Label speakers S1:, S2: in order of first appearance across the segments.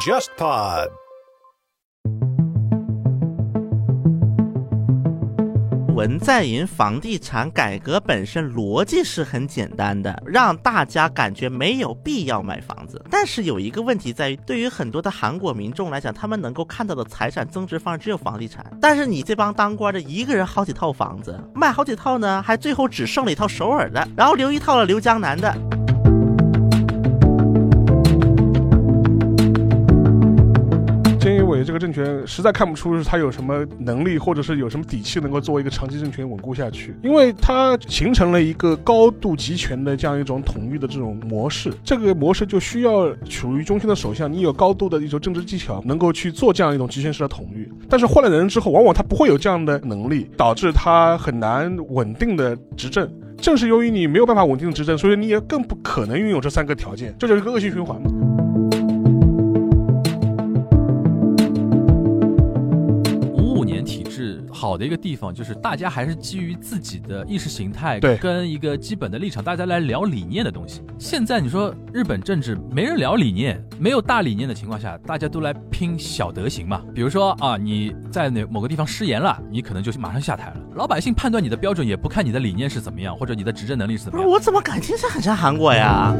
S1: JustPod。
S2: 文在寅房地产改革本身逻辑是很简单的，让大家感觉没有必要买房子。但是有一个问题在于，对于很多的韩国民众来讲，他们能够看到的财产增值方式只有房地产。但是你这帮当官的，一个人好几套房子，卖好几套呢，还最后只剩了一套首尔的，然后留一套了留江南的。
S3: 菅义伟这个政权实在看不出他有什么能力，或者是有什么底气能够作为一个长期政权稳固下去，因为他形成了一个高度集权的这样一种统一的这种模式。这个模式就需要处于中心的首相，你有高度的一种政治技巧，能够去做这样一种集权式的统一。但是换了人之后，往往他不会有这样的能力，导致他很难稳定的执政。正是由于你没有办法稳定的执政，所以你也更不可能拥有这三个条件，这就是一个恶性循环嘛。
S4: 五五年体制好的一个地方就是大家还是基于自己的意识形态，
S3: 对
S4: 跟一个基本的立场，大家来聊理念的东西。现在你说日本政治没人聊理念，没有大理念的情况下，大家都来拼小德行嘛。比如说啊，你在哪某个地方失言了，你可能就马上下台了。老百姓判断你的标准也不看你的理念是怎么样，或者你的执政能力是怎
S2: 不
S4: 么
S2: 是
S4: 样。
S2: 我怎么感觉这很像韩国呀？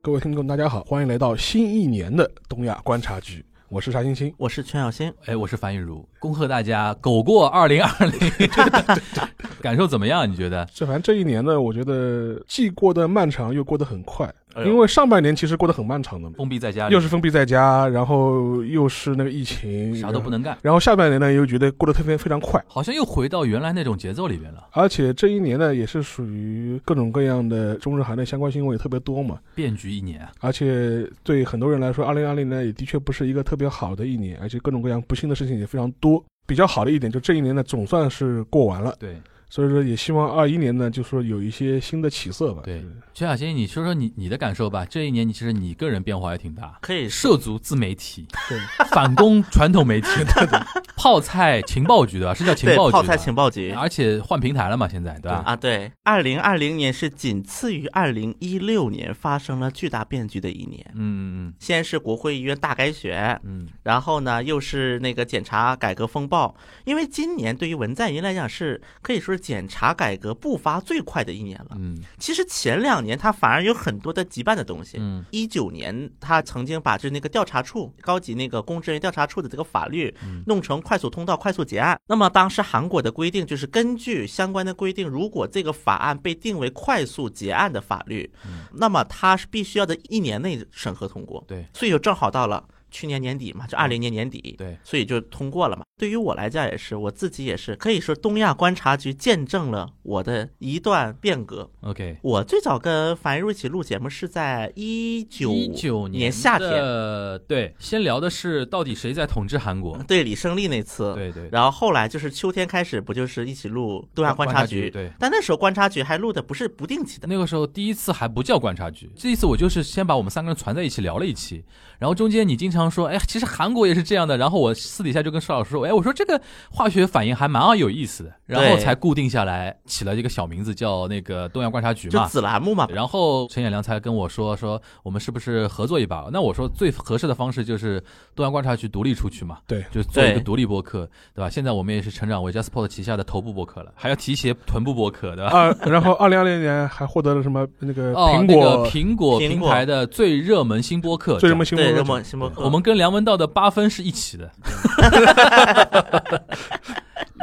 S3: 各位听众，大家好，欢迎来到新一年的东亚观察局，我是沙欣欣。
S2: 我是全小新，
S4: 哎，我是樊玉茹，恭贺大家狗过二零二零， 感受怎么样？你觉得？
S3: 这反正这一年呢，我觉得既过得漫长又过得很快，
S4: 哎呦
S3: 因为上半年其实过得很漫长的嘛，
S4: 封闭在家里，
S3: 又是封闭在家，然后又是那个疫情，
S4: 啥都
S3: 然
S4: 不
S3: 后。
S4: 能干，
S3: 然后下半年呢，又觉得过得特别非常快，
S4: 好像又回到原来那种节奏里面了。
S3: 而且这一年呢，也是属于各种各样的中日韩的相关新闻也特别多嘛。
S4: 变局一年啊，
S3: 而且对很多人来说，二零二零呢也的确不是一个特别好的一年，而且各种各样不幸的事情也非常多。比较好的一点，就这一年呢总算是过完了，
S4: 对
S3: 所以说也希望二一年呢，就说有一些新的起色吧。
S4: 对。全小新，你说说你你的感受吧。这一年你其实你个人变化也挺大，
S2: 可以
S4: 涉足自媒体，
S3: 对，
S4: 反攻传 统媒体，泡菜情报局对吧？是叫情
S2: 对
S4: 报局吧
S2: 泡菜情报局。
S4: 而且换平台了嘛，现在对吧？
S2: 啊，对，二零二零年是仅次于二零一六年发生了巨大变局的一年。
S4: 嗯嗯
S2: 先是国会议院大改选，
S4: 嗯，
S2: 然后呢又是那个检察改革风暴。因为今年对于文在寅来讲是可以说是检察改革步伐最快的一年了。
S4: 嗯
S2: 其实前两年他反而有很多的羁绊的东西。
S4: 嗯
S2: 一九年，他曾经把这那个调查处高级那个公职人员调查处的这个法律
S4: 嗯
S2: 弄成快速通道、快速结案。那么当时韩国的规定就是根据相关的规定，如果这个法案被定为快速结案的法律，
S4: 嗯
S2: 那么它是必须要在一年内审核通过。
S4: 对，
S2: 所以就正好到了。去年年底嘛，就二零年年底，
S4: 嗯对
S2: 所以就通过了嘛。对于我来讲也是，我自己也是可以说东亚观察局见证了我的一段变革。
S4: ，OK。
S2: 我最早跟樊一茹一起录节目是在一九
S4: 一九
S2: 年
S4: 年
S2: 夏天，
S4: 的对，先聊的是到底谁在统治韩国？
S2: 对李胜利那次。
S4: 对对，
S2: 呃然后后来就是秋天开始，不就是一起录东亚观察局？
S4: 对。
S2: 但那时候观察局还录的不是不定期的，
S4: 那个时候第一次还不叫观察局，这一次我就是先把我们三个人攒在一起聊了一期，然后中间你经常说，哎，其实韩国也是这样的，然后我私底下就跟邵老师说，哎，我说这个化学反应还蛮有意思的，然后
S2: 对
S4: 才固定下来，起了一个小名字叫那个东亚观察局
S2: 就
S4: 嘛。
S2: 子栏目嘛。
S4: 然后陈彦良才跟我说说我们是不是合作一把？那我说最合适的方式就是东亚观察局独立出去嘛，
S3: 对
S4: 就做一个
S2: 对
S4: 独立播客，对吧？现在我们也是成长为 JustPod 旗下的头部播客了，还要提携臀部播客，对吧？
S3: 啊，然后二零二 零年还获得了什么那个
S4: 哦，
S3: 苹
S4: 那
S3: 果、
S4: 个苹果
S2: 苹
S4: 平
S2: 果
S4: 台的最热门新播客，
S3: 最什么新
S2: 对，
S3: 闻
S2: 热？播新嗯播客，
S4: 我们跟梁文道的八分是一起的。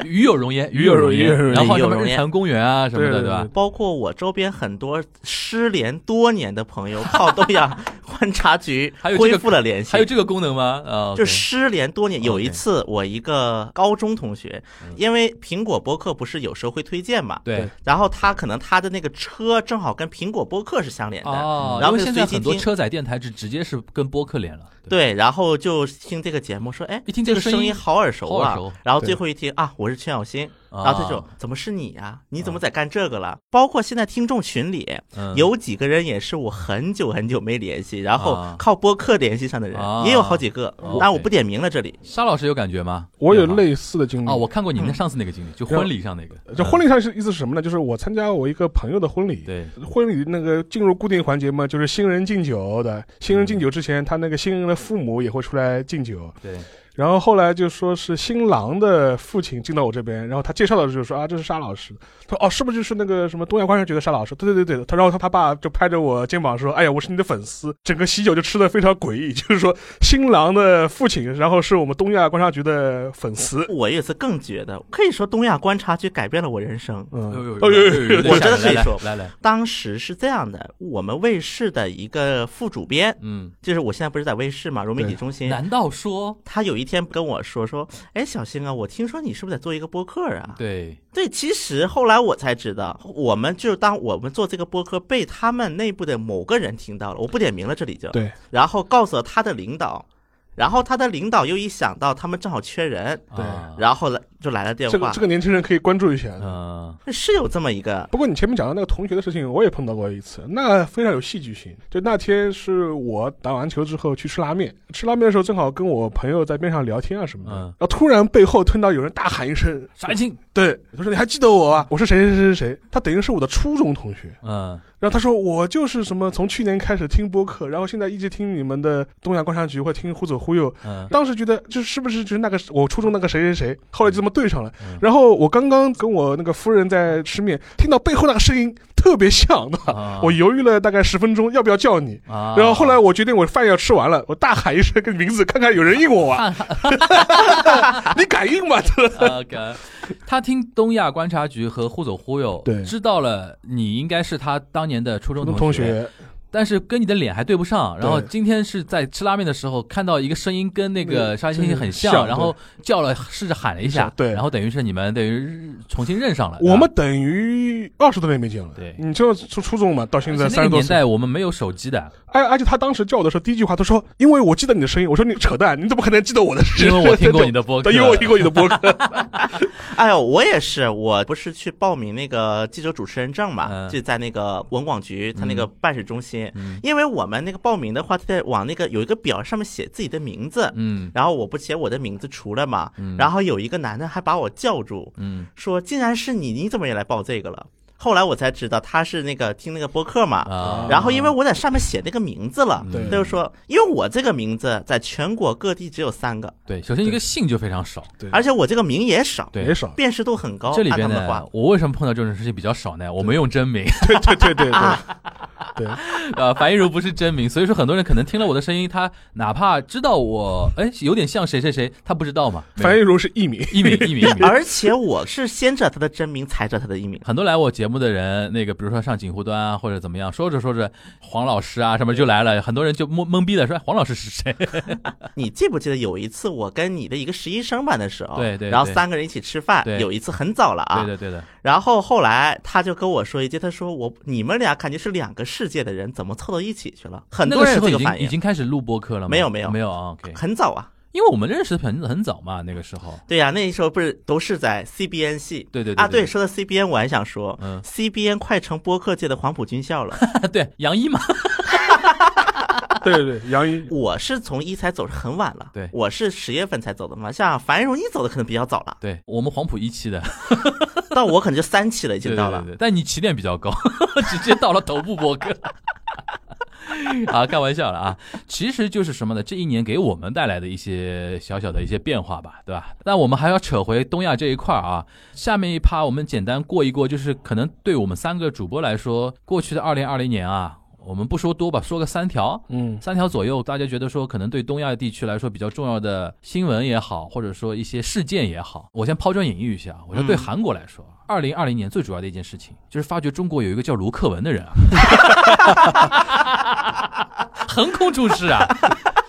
S4: 与有容颜，与有容
S3: 与有容
S4: 颜，
S3: 颜
S4: 然后
S2: 与
S4: 什
S2: 有
S4: 么
S2: 容
S4: 日
S2: 颜
S4: 坛公园啊什么的，
S3: 对对
S4: 对吧
S3: 对？
S2: 包括我周边很多失联多年的朋友，靠东亚 观察局
S4: 还有这
S2: 恢
S4: 个
S2: 复了联系。
S4: 还有这个哦功能吗？啊，
S2: 就
S4: OK
S2: 失联多年。有一次，我一个高中同学，
S4: 嗯
S2: 因为苹果播客不是有时候会推荐嘛，
S4: 对
S2: 然后他可能他的那个车正好跟苹果播客是相连的，
S4: 哦，
S2: 然后
S4: 因为
S2: 就
S4: 现
S2: 随
S4: 在
S2: 机
S4: 很多
S2: 听
S4: 车载电台是直接是跟播客连了，
S2: 对，然后就听这个节目说，哎，
S4: 一听
S2: 这个
S4: 这个
S2: 声
S4: 声
S2: 音
S4: 音
S2: 好耳熟
S4: 好
S2: 啊
S4: 耳熟，
S2: 然后最
S3: 对
S2: 后一听啊，我是是陈小新，
S4: 啊
S2: 然后他就怎么是你呀、你怎么在干这个了？包括现在听众群里
S4: 嗯
S2: 有几个人也是我很久很久没联系，然后
S4: 啊
S2: 靠播客联系上的人
S4: 啊
S2: 也有好几个，
S4: OK
S2: 当然我不点名了这里。
S4: 沙老师有感觉吗？
S3: 我有
S4: 吗
S3: 类似的经历
S4: 啊，我看过你那上次那个经历，就婚礼上那个，
S3: 就婚
S4: 礼
S3: 礼上是意思是什么呢？就是我参加我一个朋友的婚礼，
S4: 对，
S3: 婚礼那个进入固定环节嘛，就是新人敬酒的。新
S4: 嗯
S3: 人敬酒之前，他那个新人的父母也会出来敬酒。
S4: 对，
S3: 然后后来就说是新郎的父亲进到我这边，然后他介绍的时候说啊，这是沙老师。他说哦，是不是就是那个什么东亚观察局的沙老师？对对对对。他哦然后他他爸就拍着我肩膀说，哎呀，我是你的粉丝。整个喜酒就吃的非常诡异，就是说新郎的父亲，然后是我们东亚观察局的粉丝。
S2: 我有一次更觉得，可以说东亚观察局改变了我人生。
S3: 嗯，
S4: 哎呦
S3: 呦
S4: 哎呦哎呦
S2: 我真的可以
S4: 来来
S2: 说
S4: 来来，
S2: 当时是这样的，我们卫视的一个副主编，
S4: 嗯，
S2: 就是我现在不是在卫视嘛，融媒体中心，
S4: 难道说
S2: 他有一天跟我说说，哎，小新啊，我听说你是不是在做一个播客啊？
S4: 对
S2: 对，其实后来我才知道，我们就当我们做这个播客被他们内部的某个人听到了，我不点名了，这里就
S3: 对，
S2: 然后告诉了他的领导，然后他的领导又一想到他们正好缺人，
S3: 对
S4: 啊
S2: 然后来就来了电
S3: 这个
S2: 话
S3: 这，个年轻人可以关注一下。
S4: 嗯
S2: 是有这么一个
S3: 不过你前面讲到那个同学的事情，我也碰到过一次，那非常有戏剧性。就那天是我打完球之后去吃拉面，吃拉面的时候正好跟我朋友在边上聊天啊什么的，
S4: 嗯
S3: 然后突然背后听到有人大喊一声
S4: 啥情？
S3: “对”，他说你还记得我啊？我是谁谁谁谁谁，他等于是我的初中同学。
S4: 嗯，
S3: 然后他说我就是什么从去年开始听播客，然后现在一直听你们的东亚观察局或听忽左忽右，
S4: 嗯
S3: 当时觉得就是是不是就是那个我初中那个谁谁谁，后来就这么对上了。
S4: 嗯
S3: 然后我刚刚跟我那个夫人在吃面，听到背后那个声音特别像的，
S4: 啊
S3: 我犹豫了大概十分钟要不要叫你。
S4: 啊，
S3: 然后后来我决定我饭要吃完了，我大喊一声个名字，看看有人应我 吧。你敢应吗？
S4: 啊 OK，他听东亚观察局和忽左忽右，
S3: 对
S4: 知道了你应该是他当年的初中
S3: 同
S4: 学，
S3: 学，
S4: 但是跟你的脸还对不上。然后
S3: 对
S4: 今天是在吃拉面的时候看到一个声音跟那个
S3: 嗯
S4: 沙欣欣很
S3: 是像
S4: 像，然后叫了试着喊了一下
S3: 是，对
S4: 然后等于是你们等于重新认上了。
S3: 我
S4: 对吧
S3: 们等于二十多年没见了。
S4: 对
S3: 你就从初中嘛到现在
S4: 而且那
S3: 三
S4: 个
S3: 十多
S4: 年
S3: 岁，
S4: 代我们没有手机的，
S3: 而而且他当时叫我的时候，第一句话他说：“因为我记得你的声音。”我说：“你扯淡，你怎么可能记得我的声
S4: 因
S3: 音？
S4: 为我听过你的播客，
S3: 对，因为我听过你的播客。”
S2: 哎呦，我也是，我不是去报名那个记者主持人证嘛，
S4: 嗯
S2: 就在那个文广局他那个办事中心，
S4: 嗯
S2: 因为我们那个报名的话，他在往那个有一个表上面写自己的名字，
S4: 嗯
S2: 然后我不写我的名字除了嘛，
S4: 嗯
S2: 然后有一个男的还把我叫住，
S4: 嗯
S2: 说竟然是你，你怎么也来报这个了？后来我才知道他是那个听那个播客嘛，
S4: 啊，嗯
S2: 然后因为我在上面写那个名字了，
S3: 对
S2: 他就说因为我这个名字在全国各地只有三个，
S4: 对，首先一个姓就非常少，
S3: 对
S2: 而且我这个名也少，
S4: 对
S3: 也少。
S2: 辨识度很高。
S4: 这里边
S2: 哦按他们的话
S4: 呢，，我为什么碰到这种事情比较少呢？我没用真名，
S3: 对对对对对，对
S4: 呃，樊一茹不是真名，所以说很多人可能听了我的声音，他哪怕知道我，哎，有点像谁谁谁，他不知道嘛。
S3: 樊一茹是艺名，
S4: 一名一名 一名，
S2: 而且我是先知道他的真名，才知道他的艺名。
S4: 很多来我节目的人，那个比如说上锦湖端啊，或者怎么样，说着说着，黄老师啊什么就来了，很多人就懵懵逼的说哎黄老师是谁？
S2: 你记不记得有一次我跟你的一个实习生班的时候，
S4: 对对对
S2: 然后三个人一起吃饭，
S4: 对
S2: 有一次很早了啊，
S4: 对的对的，
S2: 然后后来他就跟我说一句，他说我你们俩感觉是两个世界的人，怎么凑到一起去了？很
S4: 那
S2: 多
S4: 个
S2: 人
S4: 时
S2: 有这个
S4: 候已经
S2: 反
S4: 已
S2: 应，
S4: 经开始录播客了吗？
S2: 没有没有
S4: 没有啊，OK，
S2: 很早啊。
S4: 因为我们认识很很早嘛，那个时 候，
S2: 对呀、那时候不是都是在 CBN 系。
S4: 对对
S2: 啊，对，
S4: 对
S2: 说到 CBN，我还想说、
S4: 嗯
S2: c b n 快成播客界的黄埔军校 了。
S4: 对对杨一嘛，
S3: 对对对，杨一，
S2: 我是从一才走是很晚了，
S4: 对，
S2: 我是十月份才走的嘛。像樊荣一走的可能比较早了
S4: 对我们黄埔一期的，
S2: 到我可能就三期了，已经
S4: 对
S2: 到
S4: 对
S2: 了
S4: 对。对，但你起点比较高， 直接到了头部博客。 啊，开玩笑了啊！其实就是什么呢？这一年给我们带来的一些小小的一些变化吧，对吧？但我们还要扯回东亚这一块儿啊。下面一趴我们简单过一过，就是可能对我们三个主播来说，过去的二零二零年啊，我们不说多吧，说个三条，
S3: 嗯，
S4: 三条左右，大家觉得说可能对东亚地区来说比较重要的新闻也好，或者说一些事件也好，我先抛砖引玉一下。我说对
S2: 嗯
S4: 韩国来说，啊二零二零年最主要的一件事情就是发觉中国有一个叫卢 克文的人啊，横空出世啊。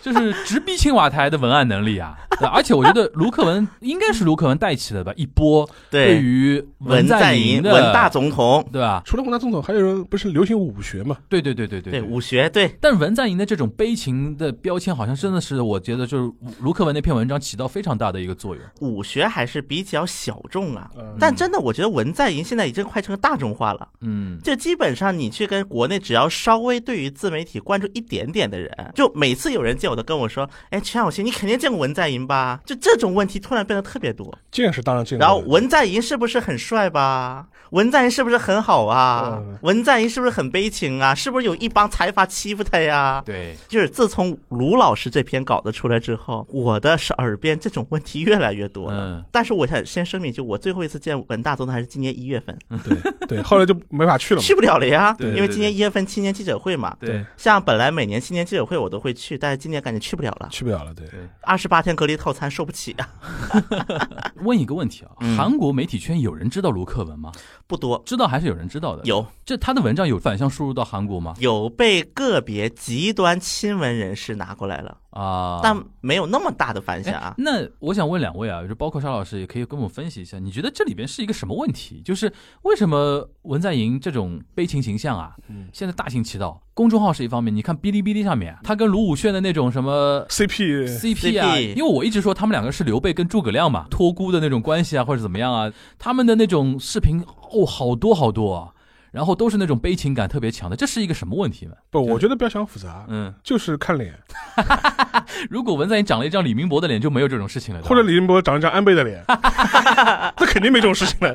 S4: 就是直逼青瓦台的文案能力啊！对而且我觉得卢克文应该是卢克文带起的吧，一波对
S2: 对，
S4: 于
S2: 文
S4: 在
S2: 在
S4: 寅
S2: 寅
S4: 的
S2: 文大总统，
S4: 对吧？
S3: 除了文大总统，还有人不是流行武学嘛？
S4: 对对对对对
S2: 对武学，对
S4: 但文在寅的这种悲情的标签，好像真的是我觉得就是卢克文那篇文章起到非常大的一个作用。
S2: 武学还是比较小众啊。
S3: 嗯
S2: 但真的，我觉得文在寅现在已经快成大众化了。
S4: 嗯，
S2: 就基本上你去跟国内只要稍微对于自媒体关注一点点的人，就每次有人见我都跟我说：“哎，陈小新，你肯定见过文在寅吧？”就这种问题突然变得特别多。
S3: 见识当然见识。
S2: 然后文在寅是不是很帅吧？文在寅是不是很好啊
S3: 嗯？
S2: 文在寅是不是很悲情啊？是不是有一帮财阀欺负他呀？
S4: 对，
S2: 就是自从卢老师这篇稿子出来之后，我的是耳边这种问题越来越多了。
S4: 嗯，
S2: 但是我想先声明，就我最后一次见文大总统还是今年一月份，
S3: 对，后来就没法去了嘛。
S2: 去不了了呀，
S4: 对对
S2: 因为
S4: 对
S2: 今年一月份青年记者会嘛。
S4: 对
S2: 像本来每年青年记者会我都会去，但是今年感觉去不了了，
S3: 去不了了，对，
S4: 对。
S2: 二十八天隔离套餐受不起啊，
S4: 问一个问题啊，
S2: 嗯
S4: 韩国媒体圈有人知道卢克文吗？
S2: 不多。
S4: 知道还是有人知道的？，
S2: 有
S4: 这他的文章有反向输入到韩国吗？
S2: 有被个别极端亲文人士拿过来了，
S4: 啊、
S2: 但没有那么大的反响
S4: 哎
S2: 啊，。
S4: 那我想问两位啊，就包括沙老师，也可以跟我们分析一下，你觉得这里边是一个什么问题？就是为什么文在寅这种悲情形象啊，
S3: 嗯
S4: 现在大行其道？公众号是一方面，你看哔哩哔哩上面啊，他跟卢武铉的那种什么
S3: CP
S4: CP 啊，
S2: CP
S4: 因为我一直说他们两个是刘备跟诸葛亮嘛，托孤的那种关系啊，或者怎么样啊，他们的那种视频哦，好多好多啊。然后都是那种悲情感特别强的，这是一个什么问题呢？
S3: 不，我觉得不要想复杂，
S4: 嗯，
S3: 就是看脸，
S4: 如果文在寅长了一张李明博的脸，就没有这种事情了。对吧
S3: 或者李云博长一张安倍的脸， 那肯定没这种事情了。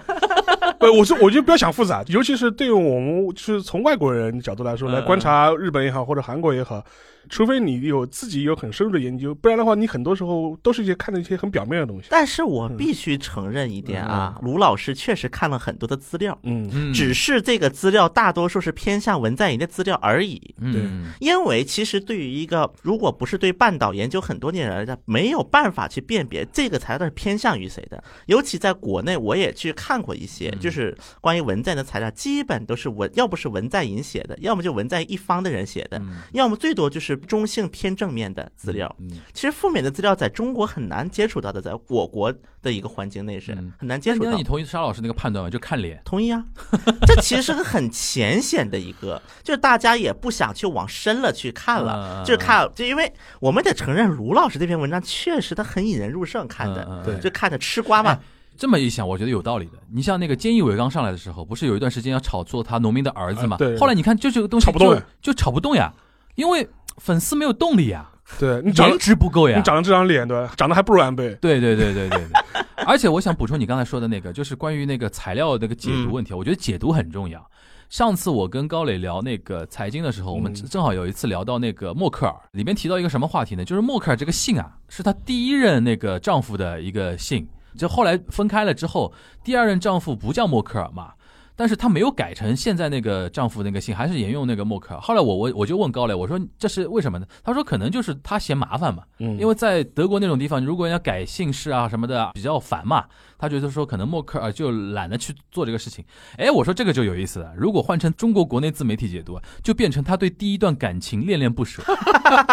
S3: 不，我说我就不要想复杂，尤其是对于我们就是从外国人角度来说，
S4: 嗯
S3: 来观察日本也好或者韩国也好，除非你有自己有很深入的研究，不然的话，你很多时候都是一些看的一些很表面的东西。
S2: 但是
S4: 嗯
S2: 我必须承认一点啊，卢老师确实看了很多的资料，
S3: 嗯，
S4: 嗯，
S2: 只是这个资料大多数是偏向文在寅的资料而已。
S4: 嗯，
S2: 因为其实对于一个如果不是对半岛研究很多年的人来讲，没有办法去辨别这个材料是偏向于谁的。尤其在国内，我也去看过一些，
S4: 嗯
S2: 就是关于文在寅的材料，基本都是文，要不是文在寅写的，要么就文在寅一方的人写的，
S4: 嗯
S2: 要么最多就是中性偏正面的资料。
S4: 嗯
S2: 其实负面的资料在中国很难接触到的，在我国的一个环境内是
S4: 嗯
S2: 很难接触
S4: 那
S2: 到
S4: 你。同意沙老师那个判断吗？就看脸。
S2: 同意啊， 这其实是个很浅显的一个，就是大家也不想去往深了去看了。
S4: 了
S2: 就是看，就因为我们得承认，卢老师这篇文章确实他很引人入胜，看
S4: 嗯
S2: 的、
S3: 对
S2: 就看着吃瓜嘛。
S4: 这么一想，我觉得有道理的。你像那个菅义伟刚上来的时候，不是有一段时间要炒作他农民的儿子嘛？
S3: 啊对
S4: 后来你看，就这个东西
S3: 炒不动
S4: 就
S3: 呀
S4: 就炒不动呀，因为粉丝没有动力呀，
S3: 对你长
S4: 颜值不够呀
S3: 你。长得这张脸，对吧？长得还不如安倍。
S4: 对对对对对对。 而且我想补充你刚才说的那个，就是关于那个材料那个解读问题，我觉得解读很重要。上次我跟高磊聊那个财经的时候，我们
S3: 嗯
S4: 正好有一次聊到那个默克尔，里面提到一个什么话题呢？就是默克尔这个姓啊，是她第一任那个丈夫的一个姓，就后来分开了之后，第二任丈夫不叫默克尔嘛，但是她没有改成现在那个丈夫那个姓，还是沿用那个默克尔。后来我我我就问高磊，我说这是为什么呢？他说可能就是他嫌麻烦嘛，
S3: 嗯
S4: 因为在德国那种地方，如果要改姓氏啊什么的比较烦嘛，他觉得说可能默克尔就懒得去做这个事情。哎，我说这个就有意思了。如果换成中国国内自媒体解读，就变成他对第一段感情恋恋不舍，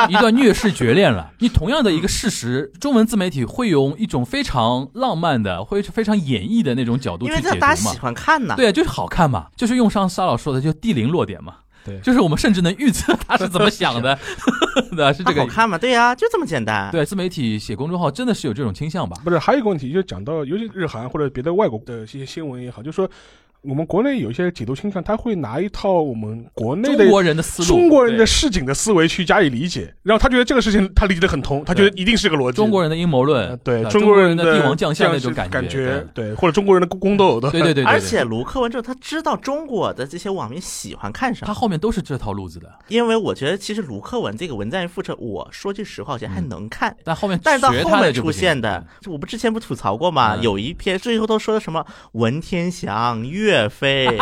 S4: 一段虐世绝恋了。你同样的一个事实，中文自媒体会用一种非常浪漫的，会非常演绎的那种角度
S2: 因
S4: 去
S2: 为
S4: 解
S2: 这
S4: 读
S2: 大家
S4: 嘛
S2: 喜。欢看呐，
S4: 对，啊就是好看嘛，就是用上沙老师说的，就地灵落点嘛。
S3: 对
S4: 就是我们甚至能预测他是怎么想的， 对，啊是
S2: 它
S4: 这个
S2: 好
S4: 意思。
S2: 看嘛，对呀、就这么简单。
S4: 对，自媒体写公众号真的是有这种倾向吧？
S3: 不是，还有一个问题，就讲到尤其日韩或者别的外国的一些新闻也好，就是说我们国内有一些解读倾向，他会拿一套我们国内的
S4: 中国人的思路，
S3: 中国人的
S4: 对
S3: 市井的思维去加以理解，然后他觉得这个事情他理解的很通，他觉得一定是个逻辑。
S4: 中国人的阴谋论
S3: 呃，对
S4: 吧
S3: 中
S4: 中
S3: 国
S4: 人
S3: 的
S4: 帝王将相那种
S3: 感
S4: 觉，
S3: 对，或者中国人的宫斗的，
S4: 对对对对对，
S2: 而
S4: 对
S2: 且卢克文正他知道中国的这些网民喜欢看什
S4: 他
S2: 么，
S4: 后面都是这套路子的，
S2: 因为我觉得其实卢克文这个文在寅复仇，我说句实话，我觉得还
S4: 嗯
S2: 能看。
S4: 但后面
S2: 但是到
S4: 学
S2: 后
S4: 他的
S2: 面
S4: 就
S2: 出
S4: 不行
S2: 现的，，我不之前不吐槽过嘛？
S4: 嗯
S2: 有一篇最后都说的什么文天祥、岳岳 飞、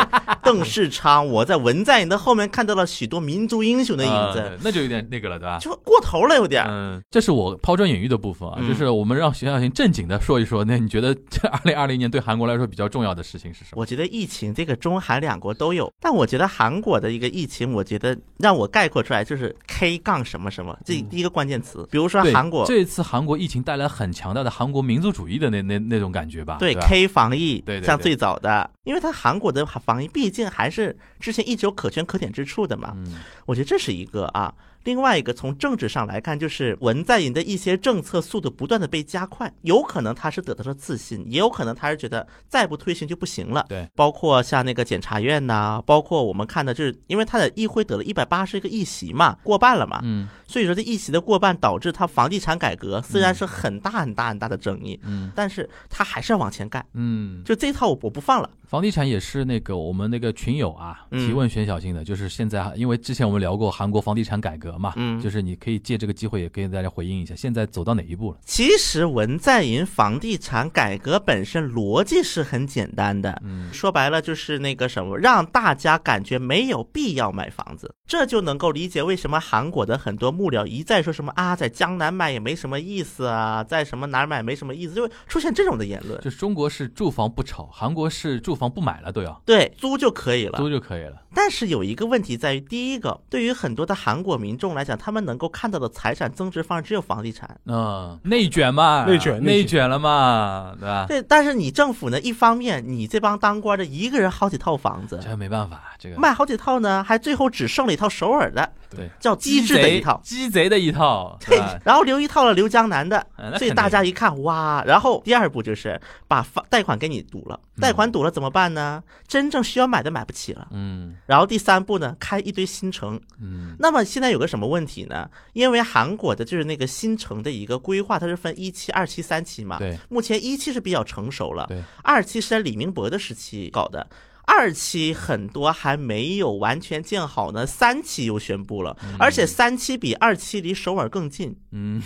S2: 邓世昌，我在文在寅的后面看到了许多民族英雄的影子，
S4: 呃那就有点那个了，对吧？
S2: 就过头了有点儿。
S4: 嗯，这是我抛砖引玉的部分啊，
S2: 嗯
S4: 就是我们让徐小新正经的说一说，那你觉得这二零二零年对韩国来说比较重要的事情是什么？
S2: 我觉得疫情这个中韩两国都有，但我觉得韩国的一个疫情，我觉得让我概括出来就是 K 杠什么什么，这第一个关键词。比如说
S4: 嗯对，
S2: 韩国
S4: 这一次韩国疫情带来很强大的韩国民族主义的那那那种感觉吧？
S2: 对
S4: 吧
S2: K 防疫
S4: 对，对
S2: 像
S4: 对
S2: 最早的，因为它韩国的防疫毕竟还是之前一直有可圈可点之处的嘛，
S4: 嗯
S2: 我觉得这是一个啊。另外一个从政治上来看，就是文在寅的一些政策速度不断的被加快，有可能他是得到了自信，也有可能他是觉得再不推行就不行了。
S4: 对，
S2: 包括像那个检察院呐、包括我们看的，就是因为他的议会得了一百八十个议席嘛，过半了嘛，
S4: 嗯
S2: 所以说这议席的过半导致他房地产改革虽然是很大很大很大的争议，
S4: 嗯
S2: 但是他还是要往前干。
S4: 嗯，
S2: 就这一套我我不放了，
S4: 房地产也是那个我们那个群友啊
S2: 嗯
S4: 提问选小新的，就是现在因为之前我们聊过韩国房地产改革嘛，
S2: 嗯
S4: 就是你可以借这个机会也跟大家回应一下，现在走到哪一步了？
S2: 其实文在寅房地产改革本身逻辑是很简单的，
S4: 嗯
S2: 说白了就是那个什么，让大家感觉没有必要买房子，这就能够理解为什么韩国的很多幕僚一再说什么啊，在江南买也没什么意思啊，在什么哪儿买没什么意思，就会出现这种的言论。
S4: 就是中国是住房不炒，韩国是住房不买了都要
S2: 对，租就可以了。
S4: 租就可以了。
S2: 但是有一个问题在于，第一个，对于很多的韩国民众来讲，他们能够看到的财产增值方式只有房地产。
S4: 嗯，内卷嘛，
S3: 内卷内
S4: 内
S3: 卷
S4: 卷了嘛，对吧？
S2: 对，但是你政府呢，一方面你这帮当官的一个人好几套房子，
S4: 这没办法，这个
S2: 卖好几套呢，还最后只剩了一套首尔的，
S4: 对
S2: 叫机智的一套。
S4: 鸡贼的一套，对
S2: 对
S4: 吧，
S2: 然后留一套了，留江南的，
S4: 嗯那
S2: 所以
S4: 肯
S2: 大
S4: 定
S2: 家一看哇，然后第二步就是把房贷款给你堵了，贷款堵了怎么办呢？真正需要买的买不起了。
S4: 嗯
S2: 然后第三步呢，开一堆新城。
S4: 嗯
S2: 那么现在有个什么问题呢？因为韩国的就是那个新城的一个规划，它是分一期、二期、三期嘛。
S4: 对。
S2: 目前一期是比较成熟了
S4: 对，
S2: 二期是在李明博的时期搞的。二期很多还没有完全建好呢，三期又宣布了，而且三期比二期离首尔更近，
S4: 嗯，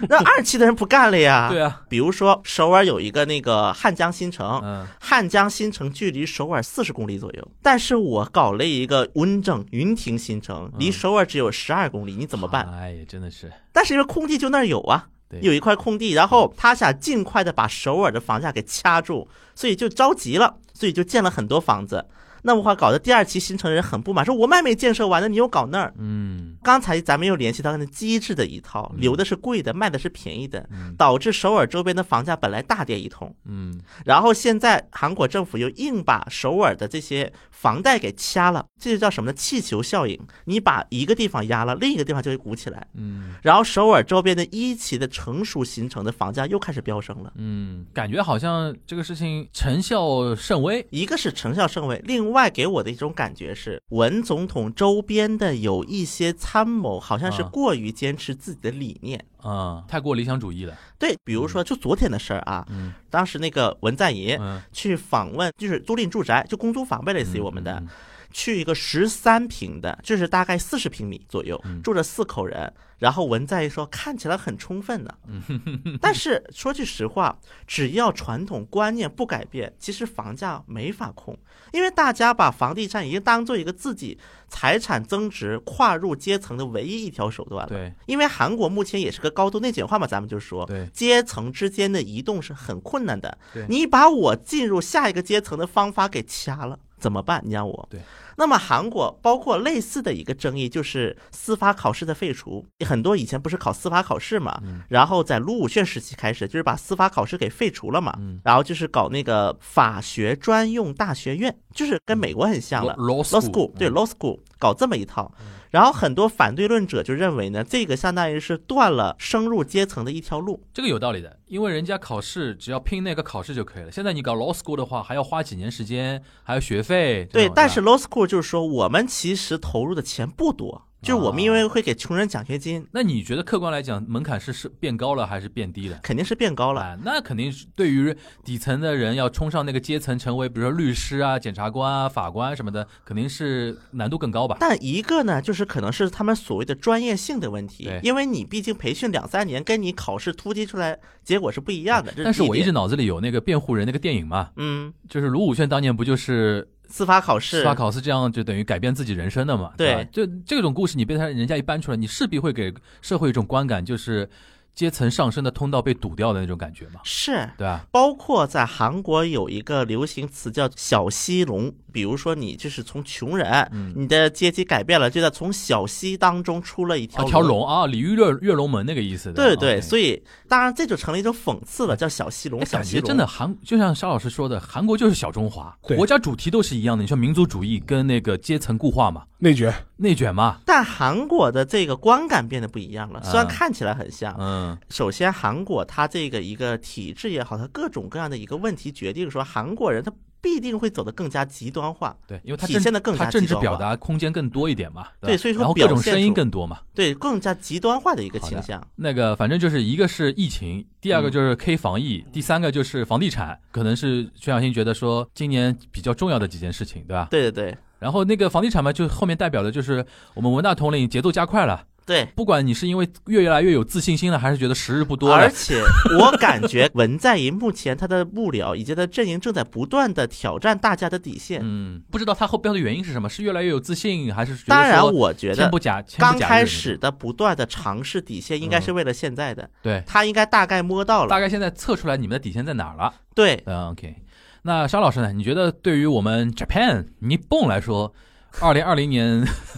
S2: 那二期的人不干了呀。
S4: 对啊，
S2: 比如说首尔有一个那个汉江新城，
S4: 嗯
S2: 汉江新城距离首尔四十公里左右，但是我搞了一个温正云亭新城，
S4: 嗯
S2: 离首尔只有十二公里，你怎么办？
S4: 哎呀，真的是
S2: 但是因为空地就那儿有啊
S4: 对。
S2: 有一块空地，然后他想尽快的把首尔的房价给掐住，所以就着急了，所以就建了很多房子。那么话搞得第二期新城人很不满，说我们还没建设完呢，你又搞那儿。
S4: 嗯
S2: 刚才咱们又联系到那机智的一套，留的是贵的，卖的是便宜的
S4: 嗯，
S2: 导致首尔周边的房价本来大跌一通，
S4: 嗯
S2: 然后现在韩国政府又硬把首尔的这些房贷给掐了，这就叫什么呢？气球效应。你把一个地方压了，另一个地方就会鼓起来，
S4: 嗯
S2: 然后首尔周边的一期的成熟形成的房价又开始飙升了。
S4: 嗯，感觉好像这个事情成效甚微。
S2: 一个是成效甚微，另外给我的一种感觉是，文总统周边的有一些参谋好像是
S4: 啊
S2: 过于坚持自己的理念，
S4: 嗯，太过理想主义了。
S2: 对，比如说就昨天的事儿啊，
S4: 嗯
S2: 当时那个文在寅
S4: 嗯，
S2: 去访问，就是租赁住宅，就公租房呗，类似于我们的，
S4: 嗯
S2: 去一个十三平的，就是大概四十平米左右，
S4: 嗯
S2: 住着四口人。然后文在寅说看起来很充分呢，
S4: 嗯
S2: 但是说句实话，只要传统观念不改变，其实房价没法控，因为大家把房地产已经当做一个自己财产增值、跨入阶层的唯一一条手段了。
S4: 对
S2: 因为韩国目前也是个高度内卷化嘛，咱们就说，
S4: 对
S2: 阶层之间的移动是很困难的
S4: 对。
S2: 你把我进入下一个阶层的方法给掐了，怎么办？你让我
S4: 对。
S2: 那么韩国包括类似的一个争议就是司法考试的废除，很多以前不是考司法考试嘛，然后在卢武铉时期开始就是把司法考试给废除了嘛，然后就是搞那个法学专用大学院，就是跟美国很像了。
S4: 嗯 law
S2: law school 对 law school 搞这么一套，然后很多反对论者就认为呢，这个相当于是断了升入阶层的一条路。
S4: 这个有道理的，因为人家考试只要拼那个考试就可以了。现在你搞 law school 的话，还要花几年时间，还有学费。这
S2: 对，
S4: 种
S2: 但是 law school 就是说我们其实投入的钱不多，就是我
S4: 啊
S2: 们因为会给穷人奖学金，
S4: 那你觉得客观来讲，门槛是是变高了还是变低了？
S2: 肯定是变高了。
S4: 啊，那肯定是对于底层的人要冲上那个阶层，成为比如说律师啊、检察官啊、法官什么的，肯定是难度更高吧？
S2: 但一个呢，就是可能是他们所谓的专业性的问题
S4: 对，
S2: 因为你毕竟培训两三年，跟你考试突击出来结果是不一样的。这
S4: 但是
S2: 第
S4: 我一
S2: 点
S4: 直脑子里有那个辩护人那个电影嘛，
S2: 嗯，
S4: 就是卢武铉当年不就是
S2: 司法考试
S4: 司法考试这样就等于改变自己人生的嘛？
S2: 对
S4: 吧就这种故事你被他人家一搬出来，你势必会给社会一种观感，就是阶层上升的通道被堵掉的那种感觉嘛，
S2: 是。
S4: 对吧？
S2: 包括在韩国有一个流行词叫“小西龙”，比如说你就是从穷人，
S4: 嗯
S2: 你的阶级改变了，就在从小溪当中出了一条
S4: 啊，条龙啊，鲤鱼跃跃龙门那个意思。
S2: 对
S4: 吧
S2: 对，
S4: OK
S2: 所以当然这就成了一种讽刺了，叫小西龙，
S4: 哎
S2: 小
S4: 感
S2: 西
S4: 觉
S2: 龙。
S4: 真的韩，就像沙老师说的，韩国就是小中华，
S3: 对
S4: 国家主题都是一样的。你说民族主义跟那个阶层固化嘛，
S3: 内卷，
S4: 内卷嘛，
S2: 但韩国的这个观感变得不一样了，虽然
S4: 嗯
S2: 看起来很像。
S4: 嗯，
S2: 首先，韩国它这个一个体制也好，它各种各样的一个问题决定说，韩国人他必定会走得更加极端化。
S4: 对，因为它
S2: 体
S4: 政
S2: 现得更加
S4: 它政治
S2: 极端
S4: 表
S2: 化
S4: 达空间更多一点嘛，吧
S2: 对所以说
S4: 然后各
S2: 表
S4: 种
S2: 现
S4: 声音
S2: 出
S4: 更多嘛。
S2: 对，更加极端化的一个倾向。
S4: 那个反正就是一个是疫情，第二
S2: 嗯
S4: 个就是 K 防疫，第三个就是房地产，可能是薛小新觉得说今年比较重要的几件事情，对吧？
S2: 对对对
S4: 然后那个房地产嘛，就后面代表的就是我们文大统领节奏加快了，
S2: 对。
S4: 不管你是因为越来越有自信心了，还是觉得时日不多了
S2: 而，且我感觉 文在寅目前他的幕僚以及他的阵营正在不断的挑战大家的底线。
S4: 嗯，不知道他后背后的原因是什么，是越来越有自信，还是觉得
S2: 当然，
S4: 说
S2: 我觉
S4: 天
S2: 得
S4: 不假天
S2: 刚
S4: 不假
S2: 开
S4: 日
S2: 始的不断的尝试底线，应该
S4: 嗯
S2: 是为了现在的，
S4: 对，
S2: 他应该大概摸到
S4: 大
S2: 了。
S4: 概现在测出来你们的底线在哪儿了。
S2: 对，
S4: 嗯，OK，那沙老师呢？你觉得对于我们 Japan 你蹦来说，二零二零年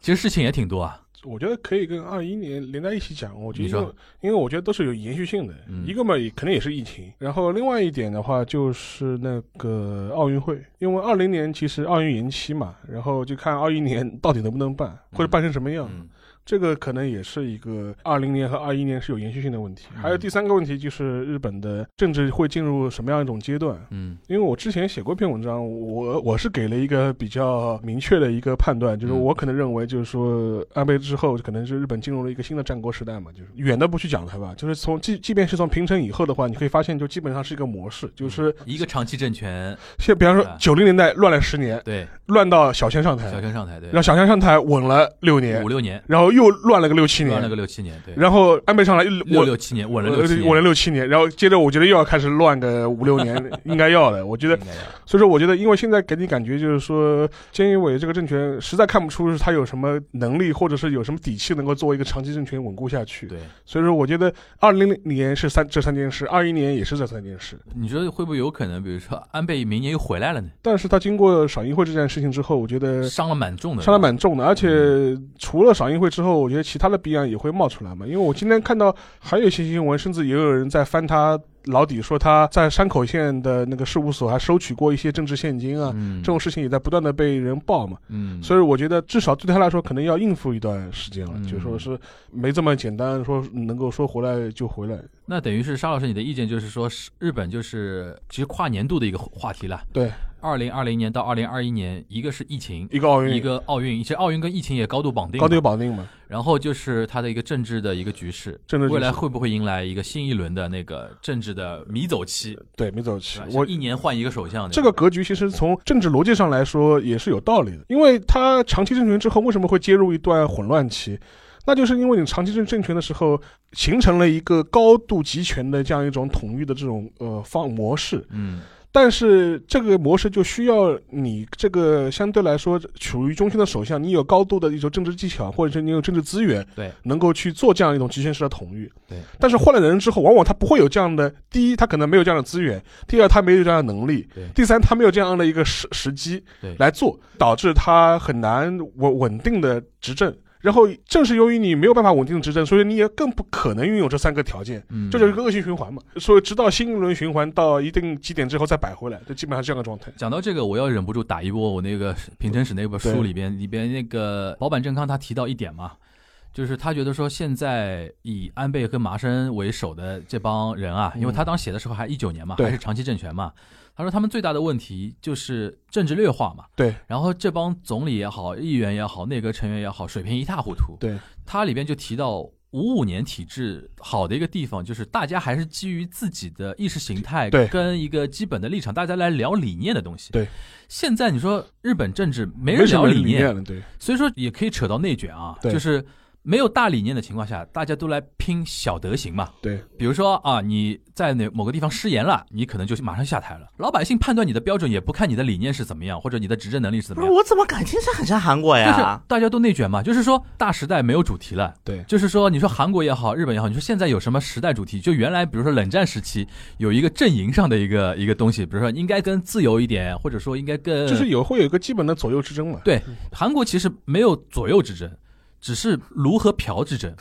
S4: 其实事情也挺多啊。
S3: 我觉得可以跟二一年连在一起讲。我觉得
S4: 你
S3: 因
S4: 说
S3: 为，因为我觉得都是有延续性的。
S4: 嗯
S3: 一个嘛，也肯定也是疫情。然后另外一点的话，就是那个奥运会，因为二零年其实奥运延期嘛，然后就看二一年到底能不能办，或者办成什么样。
S4: 嗯，
S3: 这个可能也是一个二零年和二一年是有延续性的问题。
S4: 嗯
S3: 还有第三个问题就是日本的政治会进入什么样一种阶段？
S4: 嗯，
S3: 因为我之前写过一篇文章，我我是给了一个比较明确的一个判断，就是
S4: 嗯
S3: 我可能认为，就是说安倍之后，可能是日本进入了一个新的战国时代嘛，就是远的不去讲它吧，就是从即即便是从平成以后的话，你可以发现，就基本上是一个模式，就是
S4: 嗯一个长期政权，
S3: 现比方说
S4: 对
S3: 九零年代乱了十年，
S4: 对，
S3: 乱到小泉上台
S4: 哎小，泉上台，对，
S3: 哎让小泉上台稳了六年
S4: 五，六年，
S3: 然后又乱了个六七
S4: 乱了
S3: 年
S4: 个，六七年，对，
S3: 然后安倍上来又
S4: 六
S3: 稳
S4: 六七年，稳了
S3: 呃
S4: 六七年，
S3: 稳了六七年，然后接着我觉得又要开始乱 个五六年，应该要的，我觉得。
S4: 应该要
S3: 所以说，我觉得，因为现在给你感觉就是说，菅义伟这个政权实在看不出他有什么能力，或者是有什么底气能够作为一个长期政权稳固下去。
S4: 对，
S3: 所以说，我觉得二零年是三这三件事，二一年也是这三件事。
S4: 你觉得会不会有可能，比如说安倍明年又回来了呢？
S3: 但是他经过赏樱会这件事情之后，我觉得
S4: 伤了蛮重的，
S3: 呃伤的蛮重的，而且除了赏樱会之后，我觉得其他的弊案也会冒出来嘛。嗯因为我今天看到还有一些新闻，甚至也有人在翻他老底，说他在山口县的那个事务所还收取过一些政治现金啊，
S4: 嗯，
S3: 这种事情也在不断的被人报嘛。
S4: 嗯，
S3: 所以我觉得至少对他来说，可能要应付一段时间了，
S4: 嗯
S3: 就说是没这么简单，说能够说回来就回来。
S4: 那等于是沙老师，你的意见就是说，是日本就是其实跨年度的一个话题了。
S3: 对，
S4: 二零二零年到二零二一年，一个是疫情，
S3: 一个奥运，
S4: 一个奥运，其实奥运跟疫情也高度绑定嘛。
S3: 高度绑定嘛，
S4: 然后就是它的一个政治的一个局势，
S3: 政治局势
S4: 未来会不会迎来一个新一轮的那个政治的迷走期？
S3: 对，没走齐
S4: 是吧。
S3: 我
S4: 像一年换一个首相，
S3: 这个格局其实从政治逻辑上来说也是有道理的，因为他长期政权之后为什么会接入一段混乱期？那就是因为你长期政政权的时候，形成了一个高度集权的这样一种统一的这种呃方模式，
S4: 嗯
S3: 但是这个模式就需要你这个相对来说处于中心的首相，你有高度的一种政治技巧，或者是你有政治资源，
S4: 对，
S3: 能够去做这样一种集权式的统御。
S4: 对，
S3: 但是换了人之后，往往他不会有这样的：第一，他可能没有这样的资源；第二，他没有这样的能力
S4: 对；
S3: 第三，他没有这样的一个时时机
S4: 对
S3: 来做，导致他很难稳稳定的执政。然后正是由于你没有办法稳定地执政，所以你也更不可能拥有这三个条件。
S4: 嗯，
S3: 这就是一个恶性循环嘛。所以直到新一轮循环到一定几点之后再摆回来，就基本上是这样的状态。
S4: 讲到这个，我要忍不住打一波我那个《平成史》那本书里边，里边那个保坂正康他提到一点嘛，就是他觉得说现在以安倍跟麻生为首的这帮人啊，因为他当时写的时候还一九年嘛，
S3: 嗯对
S4: 还是长期政权嘛，他说他们最大的问题就是政治劣化嘛，
S3: 对，
S4: 然后这帮总理也好，议员也好，内阁成员也好，水平一塌糊涂，
S3: 对，
S4: 它里边就提到。五五年体制好的一个地方就是大家还是基于自己的意识形态
S3: 对
S4: 跟一个基本的立场，大家来聊理念的东西。
S3: 对，
S4: 现在你说日本政治没
S3: 没
S4: 人
S3: 什
S4: 聊
S3: 么
S4: 理
S3: 理
S4: 念，
S3: 了，对，
S4: 所以说也可以扯到内卷啊，
S3: 对
S4: 就是没有大理念的情况下，大家都来拼小德行嘛。
S3: 对，
S4: 比如说啊，你在哪某个地方失言了，你可能就马上下台了。老百姓判断你的标准也不看你的理念是怎么样，或者你的执政能力是怎
S2: 不
S4: 么
S2: 是
S4: 样，
S2: 我怎么感觉这很像韩国
S4: 就是
S2: 哎呀？
S4: 大家都内卷嘛。就是说大时代没有主题了。
S3: 对
S4: 就是说，你说韩国也好，日本也好，你说现在有什么时代主题？就原来比如说冷战时期有一个阵营上的一个一个东西，比如说应该更自由一点，或者说应该更
S3: 就是有会有一个基本的左右之争嘛。
S4: 对，韩国其实没有左右之争，只是卢和朴之争，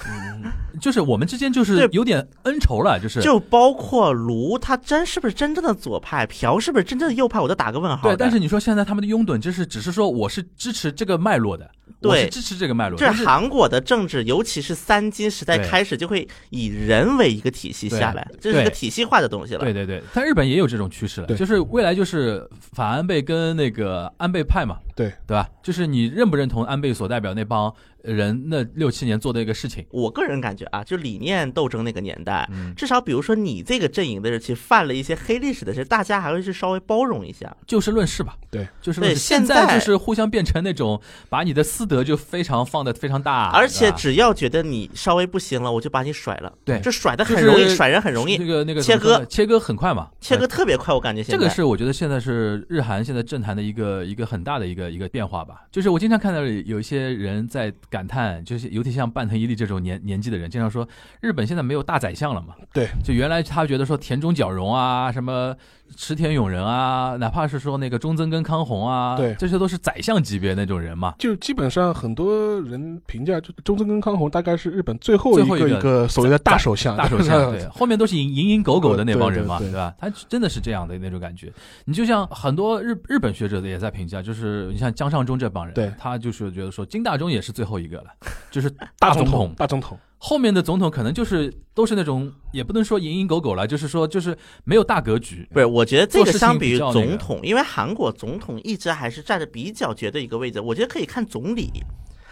S4: 就是我们之间就是
S2: 嗯对
S4: 有点恩仇了， 就是。
S2: 就包括卢，他真是不是真正的左派？朴是不是真正的右派？我都打个问号
S4: 对，
S2: 的。
S4: 但是你说现在他们的拥趸，就是只是说我是支持这个脉络的，我
S2: 对
S4: 是支持这个脉络，
S2: 这
S4: 但是
S2: 韩国的政治，尤其是三金时代
S4: 对
S2: 开始，就会以人为一个体系下来，这
S4: 对
S2: 是一个体系化的东西了。
S4: 对对对，但日本也有这种趋势了，
S3: 对
S4: 就是未来就是反安倍跟那个安倍派嘛，
S3: 对
S4: 对吧？就是你认不认同安倍所代表那帮人那六七年做的一个事情？
S2: 我个人感觉啊，就理念斗争那个年代，
S4: 嗯，
S2: 至少比如说你这个阵营的人，其实犯了一些黑历史的事，大家还会去稍微包容一下。
S4: 就事论事吧。
S3: 对，
S4: 就事论事。
S2: 对
S4: 现
S2: 现
S4: 在
S2: 在
S4: 就是互相变成那种把你的私德就非常放的非常大，
S2: 而且
S4: 啊对吧
S2: 只要觉得你稍微不行了，我就把你甩了。
S4: 对
S2: 这甩的
S4: 就是
S2: 很容易，甩人很容易
S4: 那，个那个
S2: 切割
S4: 怎么说呢切割很快嘛，
S2: 切割
S4: 呃。
S2: 特别快。我感觉现
S4: 这
S2: 在
S4: 个是我觉得现在是日韩现在政坛的一个一个很大的一个一个变化吧，就是我经常看到有一些人在感叹，就是尤其像半藤一力这种年年纪的人，经常说日本现在没有大宰相了嘛。
S3: 对，
S4: 就原来他觉得说田中角荣啊，什么池田勇人啊，哪怕是说那个中曾根康弘啊，
S3: 对
S4: 这些都是宰相级别那种人嘛。
S3: 就基本上很多人评价，就中曾根康弘大概是日本最后
S4: 最
S3: 一
S4: 后
S3: 个
S4: 一个
S3: 一个所谓的大首相，
S4: 大啊 手下，对，后面都是蝇营狗苟的那帮人嘛，
S3: 对对对
S4: 吧？他真的是这样的那种感觉。你就像很多日日本学者也在评价，就是你像江上忠这帮人，
S3: 对
S4: 他就是觉得说金大中也是最后一个了，就是
S3: 大
S4: 总
S3: 统，大总统，
S4: 后面的总统可能就是都是那种也不能说蝇营狗苟了，就是说就是没有大格局。
S2: 不是？我觉得这
S4: 做
S2: 个
S4: 事情
S2: 相比于
S4: 比较那个
S2: 总统，因为韩国总统一直还是占着比较绝对一个位置，我觉得可以看总理。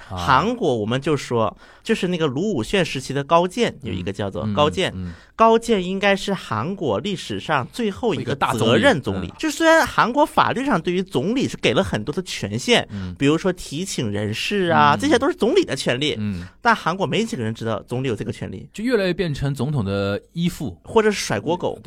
S4: 啊
S2: 韩国我们就说，就是那个卢武铉时期的高渐，有一个叫做
S4: 嗯
S2: 高渐，
S4: 嗯
S2: 高渐应该是韩国历史上最后一
S4: 一个
S2: 个
S4: 大总理
S2: 责任总理
S4: 嗯。
S2: 就虽然韩国法律上对于总理是给了很多的权限
S4: 嗯，
S2: 比如说提请人事啊，
S4: 嗯
S2: 这些都是总理的权利，
S4: 嗯，
S2: 但韩国没几个人知道总理有这个权利，
S4: 就越来越变成总统的依附、
S2: 或者是甩锅
S4: 嗯
S2: 狗。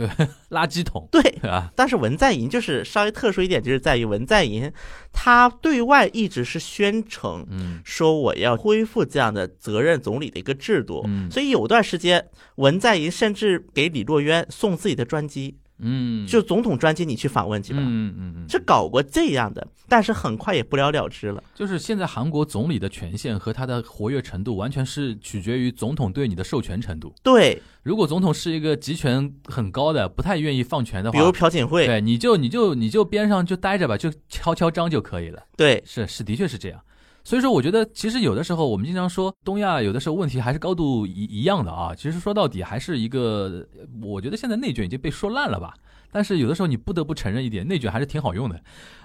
S4: 垃圾桶，
S2: 对，
S4: 对吧？
S2: 但是文在寅就是稍微特殊一点，就是在于文在寅他对外一直是宣称
S4: 嗯
S2: 说我要恢复这样的责任总理的一个制度，
S4: 嗯
S2: 所以有段时间文在寅甚至给李洛渊送自己的专机，
S4: 嗯，
S2: 就总统专机，你去访问去吧。
S4: 嗯嗯嗯，
S2: 是搞过这样的，但是很快也不了了之了。
S4: 就是现在韩国总理的权限和他的活跃程度，完全是取决于总统对你的授权程度。
S2: 对，
S4: 如果总统是一个集权很高的，不太愿意放权的
S2: 比如
S4: 话，
S2: 朴槿惠，
S4: 对，你就你就你就边上就待着吧，就敲敲章就可以了。
S2: 对
S4: 是是，的确是这样。所以说，我觉得其实有的时候我们经常说东亚有的时候问题还是高度一一样的啊。其实说到底还是一个，呃我觉得现在内卷已经被说烂了吧。但是有的时候你不得不承认一点，内卷还是挺好用的。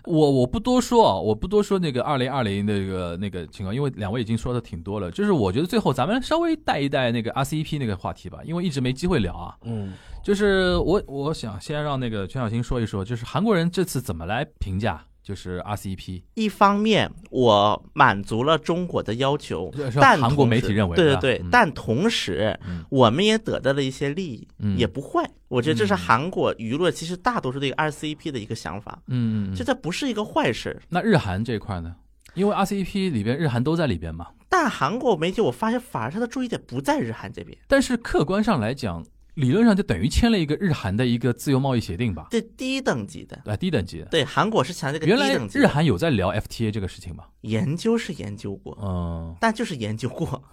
S4: 我我不多说啊，我不多说那个二零二零那个那个情况，因为两位已经说的挺多了。就是我觉得最后咱们稍微带一带那个 RCEP 那个话题吧，因为一直没机会聊啊。
S3: 嗯，
S4: 就是我我想先让那个全小新说一说，就是韩国人这次怎么来评价就是 E RCEP。
S2: 一方面我满足了中国的要求，
S4: 是
S2: 但
S4: 韩国
S2: 同
S4: 媒
S2: 时
S4: 体认为，
S2: 对
S4: 吧
S2: 对对，
S4: 嗯
S2: 但同时
S4: 嗯
S2: 我们也得到了一些利益，
S4: 嗯
S2: 也不坏。我觉得这是
S4: 嗯
S2: 韩国舆论其实大多数对 RCEP 的一个想法，
S4: 嗯，嗯
S2: 就
S4: 嗯
S2: 这不是一个坏事。
S4: 那日韩这一块呢？因为 RCEP 里边日韩都在里边嘛，
S2: 但韩国媒体我发现反而他的注意点不在日韩这边，
S4: 但是客观上来讲，理论上就等于签了一个日韩的一个自由贸易协定吧，
S2: 这低等级的。
S4: 啊，低等级的。
S2: 对，韩国是强这个低
S4: 原来
S2: 等级
S4: 日
S2: 的，
S4: 韩有在聊 FTA 这个事情吧？
S2: 研究是研究过，
S4: 嗯
S2: 但就是研究 过，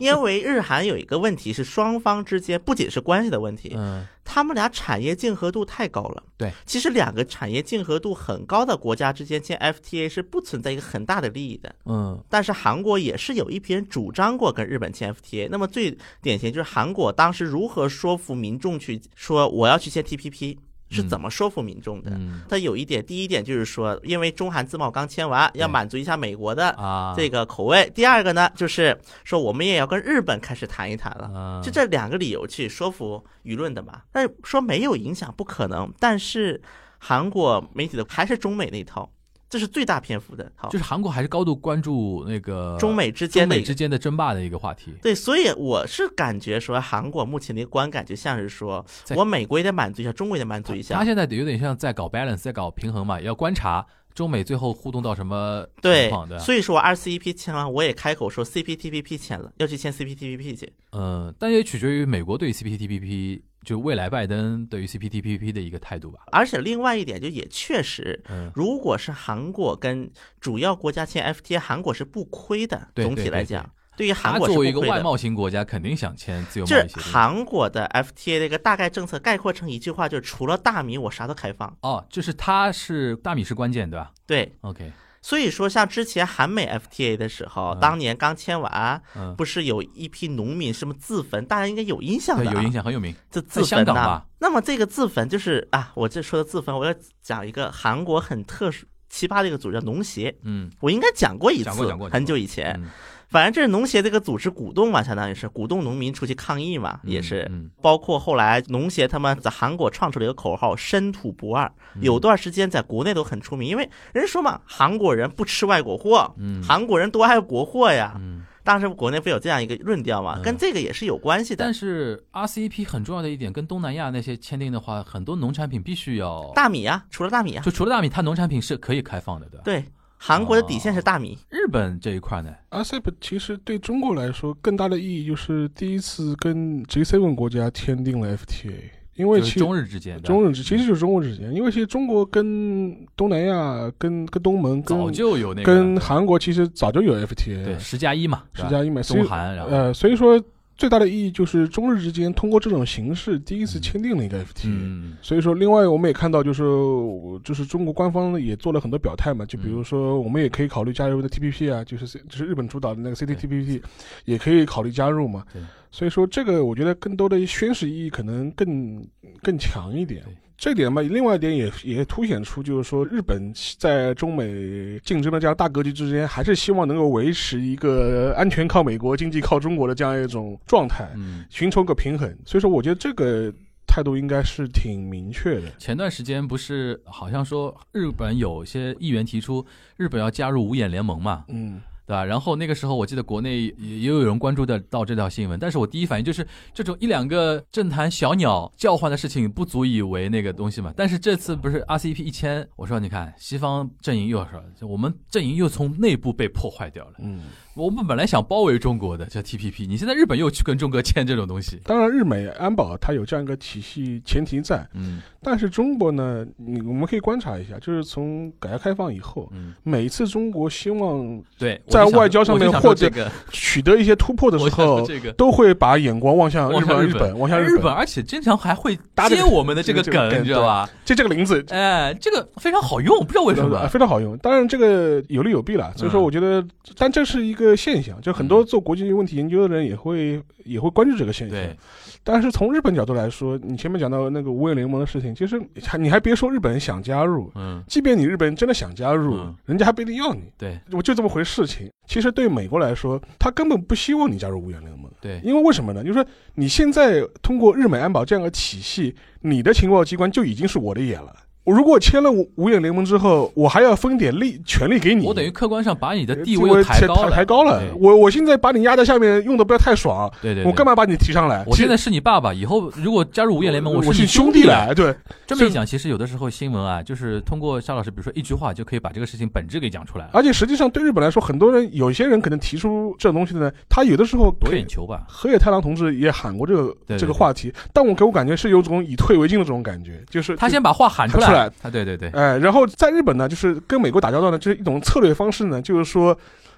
S2: 因为日韩有一个问题是双方之间不仅是关系的问题，
S4: 嗯
S2: 他们俩产业竞合度太高了。
S4: 对，
S2: 其实两个产业竞合度很高的国家之间签 FTA 是不存在一个很大的利益的。
S4: 嗯，
S2: 但是韩国也是有一批人主张过跟日本签 FTA，那么最典型就是韩国当时如何说服民众去说我要去签 TPP，是怎么说服民众的？
S4: 嗯
S2: 它有一点，第一点就是说，因为中韩自贸刚签完，要
S4: 对
S2: 满足一下美国的
S4: 啊，
S2: 这个口味。第二个呢，就是说我们也要跟日本开始谈一谈了。
S4: 嗯，
S2: 就这两个理由去说服舆论的嘛。但是说没有影响不可能，但是韩国媒体的还是中美那一套，这是最大篇幅的套
S4: 就，是韩国还是高度关注那个
S2: 中美之
S4: 中
S2: 间的
S4: 美
S2: 一个
S4: 之间的争霸的一个话题，
S2: 对，所以我是感觉说韩国目前的观感就像是说
S4: 在，
S2: 我美国也得满足一下，中国也得满足一下
S4: 他。现在得有点像在搞 balance，在搞平衡嘛，也要观察中美最后互动到什么情
S2: 对
S4: 况，对，吧？啊
S2: 所以说我二 CEP 签完，我也开口说 CPTPP 签了，要去签 CPTPP 去。
S4: 嗯，但也取决于美国对于 CPTPP，就未来拜登对于 CPTPP 的一个态度吧。
S2: 而且另外一点，就也确实，
S4: 嗯，
S2: 如果是韩国跟主要国家签 FTA，韩国是不亏的。
S4: 对
S2: 总体来
S4: 对
S2: 讲，对于韩
S4: 他
S2: 国是
S4: 作
S2: 不
S4: 为
S2: 亏
S4: 一个
S2: 的。
S4: 外贸型国家，肯定想签自由
S2: 就
S4: 贸易
S2: 是
S4: 协定。
S2: 韩国的 FTA 的一个大概政策概括成一句话，就是除了大米，我啥都开放。
S4: 哦，就是他是大米是关键，对吧
S2: 对，
S4: ？OK，
S2: 所以说像之前韩美 FTA 的时候，
S4: 嗯
S2: 当年刚签完，
S4: 嗯，
S2: 不是有一批农民什么自焚，大家应该有印象
S4: 对，
S2: 的、
S4: 有影，响，很有名。
S2: 这
S4: 在
S2: 自
S4: 香
S2: 焚
S4: 港
S2: 呐、
S4: 吧
S2: 那么这个自焚就是啊，我这说的自焚，我要讲一个韩国很特殊奇葩的一个组织，叫农协。
S4: 嗯，
S2: 我应该讲过一次，
S4: 讲过讲过讲过
S2: 很久以前，
S4: 嗯
S2: 反正这是农协这个组织鼓动嘛，相当于是鼓动农民出去抗议嘛，也是。
S4: 嗯，
S2: 包括后来农协他们在韩国创出了一个口号“深土不二”，
S4: 嗯
S2: 有段时间在国内都很出名，因为人说嘛，韩国人不吃外国货，
S4: 嗯
S2: 韩国人多爱国货呀。
S4: 嗯。
S2: 当时国内不有这样一个论调嘛，
S4: 嗯
S2: 跟这个也是有关系的。
S4: 但是 RCEP 很重要的一点，跟东南亚那些签订的话，很多农产品必须要，
S2: 大米啊，除了大米啊，
S4: 就除了大米，它农产品是可以开放的，对吧？
S2: 对，韩国的底线是大米。
S4: 日本这一块呢，
S3: RCEP 其实对中国来说更大的意义就是第一次跟 G7 国家签订了 FTA，因为
S4: 就
S3: 其
S4: 是中日之间，对吧嗯
S3: 中日之其实就是中国之间，因为其实中国跟东南亚、跟跟东盟、跟
S4: 早就有那个
S3: 跟韩国其实早就有 FTA，
S4: 对十加一嘛，对
S3: 十
S4: 吧
S3: 加一美，所
S4: 中
S3: 以
S4: 韩，然后
S3: 呃，所以说最大的意义就是中日之间通过这种形式第一次
S4: 嗯
S3: 签订了一个 FTA。
S4: 嗯
S3: 所以说，另外我们也看到，就是呃就是中国官方也做了很多表态嘛，就
S4: 嗯
S3: 比如说，我们也可以考虑加入的 TPP 啊，就是 C- 就是日本主导的那个 CPTPP，也可以考虑加入嘛
S4: 对。
S3: 所以说，这个我觉得更多的宣示意义可能更更强一点
S4: 对。
S3: 这点嘛，另外一点也也凸显出，就是说日本在中美竞争的这样大格局之间，还是希望能够维持一个安全靠美国、经济靠中国的这样一种状态。
S4: 嗯。
S3: 寻求个平衡。所以说，我觉得这个态度应该是挺明确的。
S4: 前段时间不是好像说日本有些议员提出日本要加入五眼联盟嘛，
S3: 嗯，
S4: 对吧？然后那个时候我记得国内也也有人关注的到这条新闻，但是我第一反应就是这种一两个政坛小鸟叫唤的事情不足以为那个东西嘛。但是这次不是 RCEP 一签，我说你看西方阵营又说我们阵营又从内部被破坏掉了，
S3: 嗯，
S4: 我们本来想包围中国的叫 TPP，你现在日本又去跟中国签这种东西，
S3: 当然，日美安保它有这样一个体系前提在，
S4: 嗯
S3: 但是中国呢，你我们可以观察一下，就是从改革开放以后。
S4: 嗯，
S3: 每次中国希望
S4: 对，
S3: 在
S4: 我就想
S3: 外交上面
S4: 我就想说
S3: 或者
S4: 这个
S3: 取得一些突破的时
S4: 我想说
S3: 候，
S4: 这个。
S3: 都会把眼光望向
S4: 望
S3: 日
S4: 向
S3: 本、
S4: 日
S3: 日
S4: 本哎
S3: 本、望向
S4: 日
S3: 本。
S4: 而且经常还会
S3: 搭这
S4: 接
S3: 个
S4: 我们的这个
S3: 这个这个
S4: 梗，
S3: 梗
S4: 你知道吧？
S3: 这这个林子
S4: 哎，这个非常好用，不知道为什
S3: 呃
S4: 么。
S3: 非常好用。当然，这个有利有弊啦。所以说，
S4: 嗯
S3: 我觉得，但这是一个现象，就很多
S4: 嗯
S3: 做国际问题研究的人也会也会关注这个现象。
S4: 对，
S3: 但是从日本角度来说，你前面讲到那个五眼联盟的事情，其实还你还别说日本想加入，
S4: 嗯，
S3: 即便你日本真的想加入，
S4: 嗯
S3: 人家还不一定要你，
S4: 对
S3: 我就这么回事情。其实对美国来说，他根本不希望你加入五眼联盟，
S4: 对，
S3: 因为为什么呢？就是说你现在通过日美安保这样的体系，你的情报机关就已经是我的眼了。我如果签了五五眼联盟之后，我还要分点利权利给你，
S4: 我等于客观上把你的地
S3: 这
S4: 位
S3: 我
S4: 又抬
S3: 抬
S4: 高了，
S3: 抬高了
S4: 对。
S3: 我我现在把你压在下面，用的不要太爽，
S4: 对对对，
S3: 我干？嘛把你提上来？
S4: 我现
S3: 其
S4: 在是你爸爸，以后如果加入五眼联盟，
S3: 我
S4: 是
S3: 是
S4: 你
S3: 兄
S4: 弟
S3: 弟。啊来，对，
S4: 这么一讲，其实有的时候新闻啊，就是通过沙老师，比如说一句话，就可以把这个事情本质给讲出来了，
S3: 而且实际上对日本来说，很多人有些人可能提出这种东西的呢，他有的时候
S4: 夺
S3: 可以
S4: 眼球吧。
S3: 河野太郎同志也喊过这个
S4: 对对
S3: 这个话题，但我给我感觉是有种以退为进的这种感觉，就是
S4: 他先把话喊
S3: 喊
S4: 出
S3: 出
S4: 来，
S3: 出来。
S4: 啊，对对对，
S3: 哎，然后在日本呢，就是跟美国打交道呢，就是一种策略方式呢，就是说。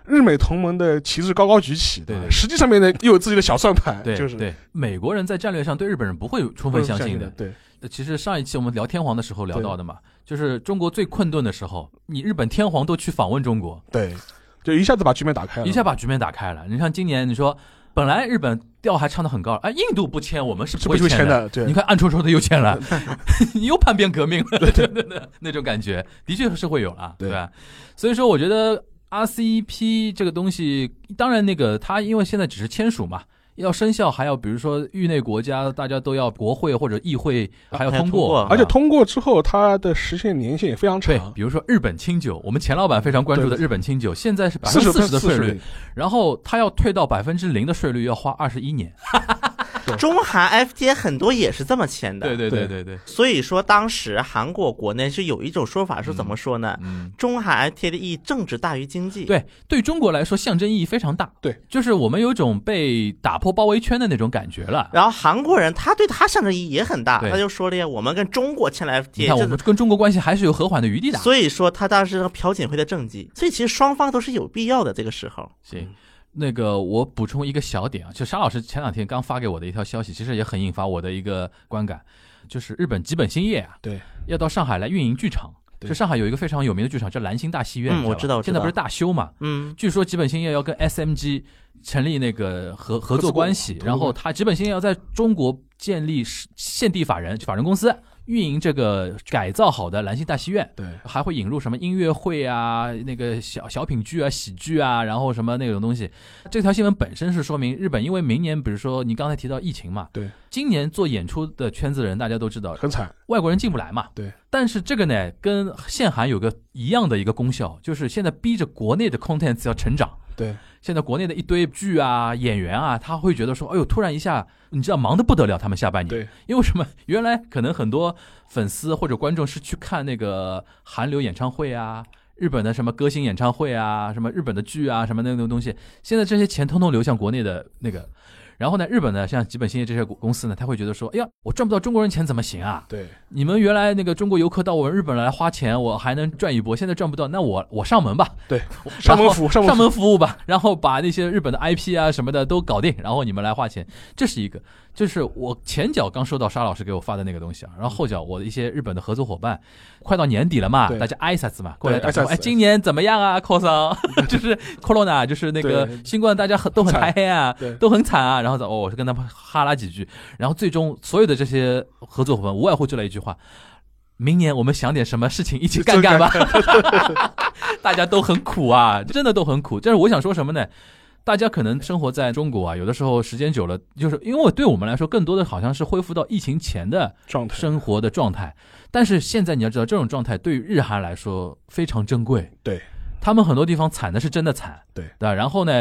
S3: 日美同盟的旗帜高高举起，啊
S4: 对对
S3: 实际上面呢又有自己的小算盘，
S4: 对，
S3: 就是
S4: 对美国人在战略上对日本人不会充分相信的。
S3: 对
S4: 呃其实上一期我们聊天皇的时候聊到的嘛，就是中国最困顿的时候，你日本天皇都去访问中国，
S3: 对，就一下子把局面打开了，
S4: 一下把局面打开了。你像今年，你说本来日本调还唱得很高，哎，印度不签，我们是
S3: 是
S4: 不会
S3: 出钱
S4: 的。
S3: 的，对
S4: 你，看，暗戳戳的又签 了，你又叛变革命了，对对对， 那种感觉的确是会有啊，
S3: 对
S4: 对吧？所以说，我觉得 RCEP 这个东西，当然那个它因为现在只是签署嘛，要生效还要比如说域内国家大家都要国会或者议会还要
S2: 还要
S4: 通
S2: 通过
S4: 啊
S3: 而且通过啊之后，它的实现年限也非常
S4: 对，
S3: 长，
S4: 比如说日本清酒，我们钱老板非常关注的
S3: 对
S4: 日本清酒，现在是百分
S3: 四
S4: 之
S3: 十
S4: 四十的税率
S3: 率，，
S4: 然后它要退到百分之零的税率，要花二十一年。
S2: 中韩 FTA 很多也是这么签的。
S4: 哦对
S3: 对
S4: 对对对对，
S2: 所以说当时韩国国内是有一种说法是怎么说呢？
S4: 嗯，
S2: 中韩 FTA 的意义政治大于经济。，
S4: 对，对中国来说象征意义非常大。
S3: 对，
S4: 就是我们有种被打破包围圈的那种感觉了。
S2: 然后韩国人他对他象征意义也很大，
S4: 对
S2: 他就说了呀，我们跟中国签了
S4: 你
S2: FTA，
S4: 看，我
S2: 这
S4: 们跟中国关系还是有和缓的余地的。
S2: 所以说他当时朴槿惠的政绩，所以其实双方都是有必要的。这个时候，
S4: 行，那个我补充一个小点啊，就沙老师前两天刚发给我的一条消息，其实也很引发我的一个观感，就是日本吉本兴业啊，
S3: 对，
S4: 要到上海来运营剧场。
S3: 对
S4: 就上海有一个非常有名的剧场叫兰心大戏院，
S2: 嗯
S4: 你
S2: 我知道
S4: 吧
S2: 我知
S4: 现在不
S2: 道
S4: 是大修嘛？
S2: 嗯，
S4: 据说吉本兴业要跟 SMG 成立那个合合作关系
S3: 合，作
S4: 然后他吉本兴业要在中国建立是现地法人法人公司，运营这个改造好的兰心大戏院。
S3: 对，
S4: 还会引入什么音乐会啊、那个小小品剧啊、喜剧啊，然后什么那种东西。这条新闻本身是说明日本，因为明年比如说你刚才提到疫情嘛，
S3: 对，
S4: 今年做演出的圈子人大家都知道，
S3: 很惨，
S4: 外国人进不来嘛。
S3: 对。
S4: 但是这个呢，跟限韩有个一样的一个功效，就是现在逼着国内的 content 要成长。
S3: 对，
S4: 现在国内的一堆剧啊、演员啊，他会觉得说，哎呦，突然一下，你知道忙得不得了，他们下半年。
S3: 对，
S4: 因为什么？ 原来可能很多粉丝或者观众是去看那个韩流演唱会啊。日本的什么歌星演唱会啊，什么日本的剧啊，什么那种东西，现在这些钱通通流向国内的那个，然后呢，日本呢，像吉本兴业这些公司呢，他会觉得说，哎呀，我赚不到中国人钱怎么行啊？
S3: 对，
S4: 你们原来那个中国游客到我们日本来花钱，我还能赚一波，现在赚不到，那我我上门吧，
S3: 对，
S4: 然
S3: 上
S4: 后
S3: 门服务，上
S4: 上
S3: 门服务
S4: 门服务吧，然后把那些日本的 IP 啊什么的都搞定，然后你们来花钱，这是一个。就是我前脚刚收到沙老师给我发的那个东西啊，然后后脚我的一些日本的合作伙伴，快到年底了嘛，
S3: 对
S4: 大家挨一下子嘛，过来
S3: 对
S4: 打招
S3: 挨一
S4: 呼，
S3: 下
S4: 哎，
S3: 子
S4: 今年怎么样啊，cos 啊， 就是 corona，就是那个
S3: 对
S4: 新冠，大家很都很
S3: 惨
S4: 嗨黑啊
S3: 对，
S4: 都很惨啊，然后哦，我是跟他们哈拉几句，然后最终所有的这些合作伙伴无外乎就来一句话。明年我们想点什么事情一起干干吧， 大家都很苦啊，真的都很苦。但是我想说什么呢？大家可能生活在中国啊，有的时候时间久了，就是因为我对我们来说，更多的好像是恢复到疫情前的
S3: 状态，
S4: 生活的状态。但是现在你要知道，这种状态对于日韩来说非常珍贵。
S3: 对，
S4: 他们很多地方惨的是真的惨。
S3: 对
S4: 对吧，然后呢，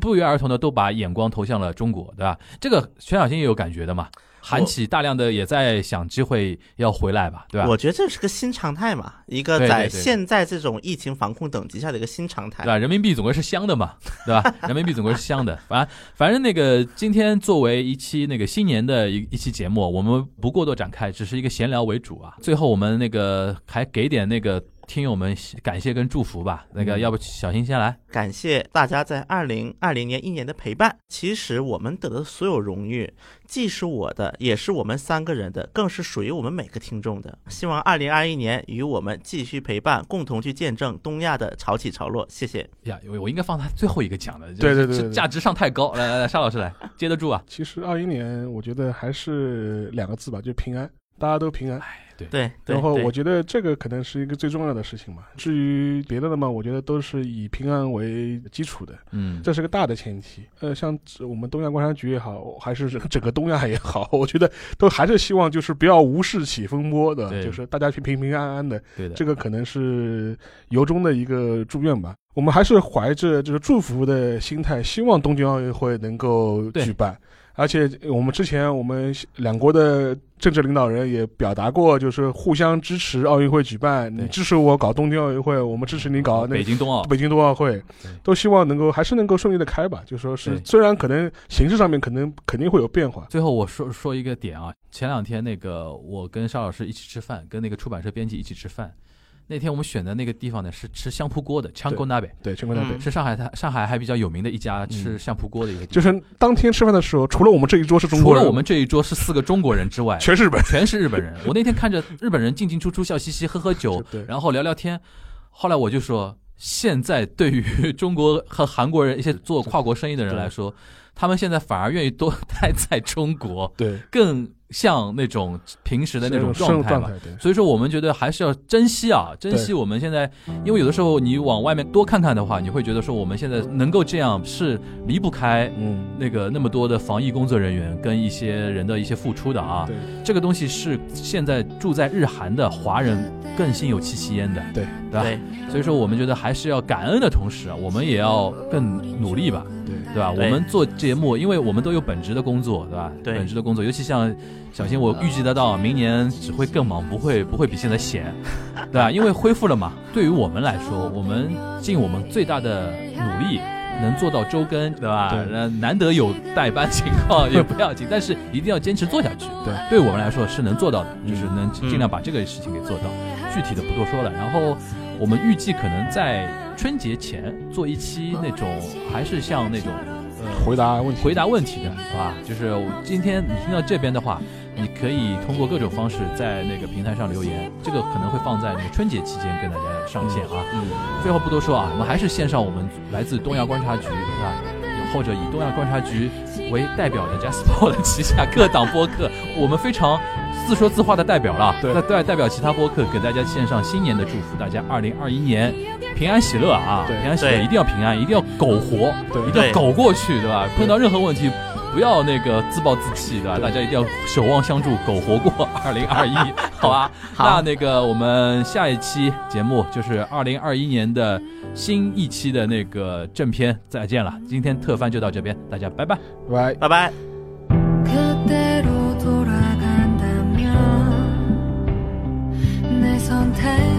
S4: 不约而同的都把眼光投向了中国，对吧？这个全小新也有感觉的嘛。韩企大量的也在想机会要回来吧，对吧？
S2: 我觉得这是个新常态嘛，一个
S4: 对对
S2: 在
S4: 对对
S2: 现在这种疫情防控等级下的一个新常态
S3: 哎
S4: 对。吧？人民币总归是香的嘛， 对吧？人民币总归是香的。反反正那个今天作为一期那个新年的一一期节目，我们不过多展开，只是一个闲聊为主啊。最后我们那个还给点那个听友们感谢跟祝福吧。
S3: 嗯
S4: 那个要不小新先来？
S2: 感谢大家在二零二零年一年的陪伴。其实我们得的所有荣誉，既是我的，也是我们三个人的，更是属于我们每个听众的。希望二零二一年与我们继续陪伴，共同去见证东亚的潮起潮落。谢谢。
S4: 呀，我我应该放他最后一个讲的，
S3: 对对对对
S4: 这
S3: 对
S4: 价值上太高。来来来，沙老师来接得住啊。
S3: 其实二一年，我觉得还是两个字吧，就平安，大家都平安。
S2: 对，对
S3: 然后
S2: 对
S3: 我觉得这个可能是一个最重要的事情嘛。至于别的的嘛，我觉得都是以平安为基础的，
S4: 嗯，
S3: 这是个大的前提。呃，像我们东亚观察局也好，还是整个东亚也好，我觉得都还是希望就是不要无事起风波的，
S4: 对
S3: 就是大家平平平安安的。
S4: 对的，
S3: 这个可能是由衷的一个祝愿吧。我们还是怀着这个祝福的心态，希望东京奥运会能够
S4: 对
S3: 举办。而且我们之前我们两国的政治领导人也表达过，就是互相支持奥运会举办，
S4: 对
S3: 你支持我搞东京奥运会，我们支持你搞那
S4: 北
S3: 个
S4: 京冬奥，
S3: 北京冬奥会
S4: 对，
S3: 都希望能够还是能够顺利的开吧。就说是
S4: 对
S3: 虽然可能形式上面可能肯定会有变化，
S4: 最后我说说一个点啊，前两天那个我跟邵老师一起吃饭，跟那个出版社编辑一起吃饭，那天我们选的那个地方呢是吃相扑锅的香锅那北，
S3: 对，全国大杯。
S2: 嗯
S4: 是上海它上海还比较有名的一家吃相扑锅的一个地
S3: 就
S4: 方。
S3: 是当天吃饭的时候，除了我们这一桌是中
S4: 除
S3: 国
S4: 了
S3: 人，
S4: 我们这一桌是四个中国人 之外，
S3: 全是日本人。
S4: 全是日本人。我那天看着日本人进进出出、笑嘻嘻、喝喝酒，
S3: 对，
S4: 然后聊聊天。后来我就说，现在对于中国和韩国人一些做跨国生意的人来说，他们现在反而愿意多待在中国，
S3: 对
S4: 更像那种平时的那种状态吧。，
S3: 对。
S4: 所以说，我们觉得还是要珍惜啊，珍惜我们现在，因为有的时候你往外面多看看的话，你会觉得说我们现在能够这样是离不开
S3: 嗯，
S4: 那个那么多的防疫工作人员跟一些人的一些付出的啊，
S3: 对，
S4: 这个东西是现在住在日韩的华人更心有戚戚焉的，
S3: 对
S4: 对吧？
S2: 对，
S4: 所以说我们觉得还是要感恩的同时啊，我们也要更努力吧，
S3: 对
S4: 对吧？
S2: 对
S4: 我们做节目，因为我们都有本职的工作，对吧？
S2: 对
S4: 本职的工作，尤其像小新，我预计得到明年只会更忙，不会不会比现在闲，对 吧？因为恢复了嘛，对于我们来说，我们尽我们最大的努力。能做到周更，对吧？
S3: 对
S4: 那难得有代班情 况也不要紧，但是一定要坚持做下去。
S3: 对，
S4: 对我们来说是能做到的，
S3: 嗯
S4: 就是能尽量把这个事情给做到。具体的不多说了。然后我们预计可能在春节前做一期那种，还是像那种呃
S3: 回答问题，
S4: 回答问题的，好吧？就是我今天你听到这边的话，你可以通过各种方式在那个平台上留言，这个可能会放在那个春节期间跟大家上线啊。
S3: 嗯，
S4: 最后不多说啊，我们还是献上我们来自东亚观察局啊，或者以东亚观察局为代表的 Jasper 旗下各档播客， 我们非常自说自话的代表了，
S3: 对
S4: 那代代表其他播客给大家献上新年的祝福，大家二零二一年平安喜乐啊，
S3: 对
S4: 平安喜乐
S2: 对
S4: 一定要平安，一定要苟活，
S3: 对
S4: 一定要苟过去，对吧？碰到任何问题。不要那个自暴自弃，对吧？
S3: 对
S4: 大家一定要守望相助，苟活过二零二一，好吧？那
S2: 好，
S4: 那个，我们下一期节目就是二零二一年的新一期的那个正片，再见了。今天特番就到这边，大家拜拜。
S3: 拜。
S2: 拜拜。
S1: 그때로 돌아간다면 내 선택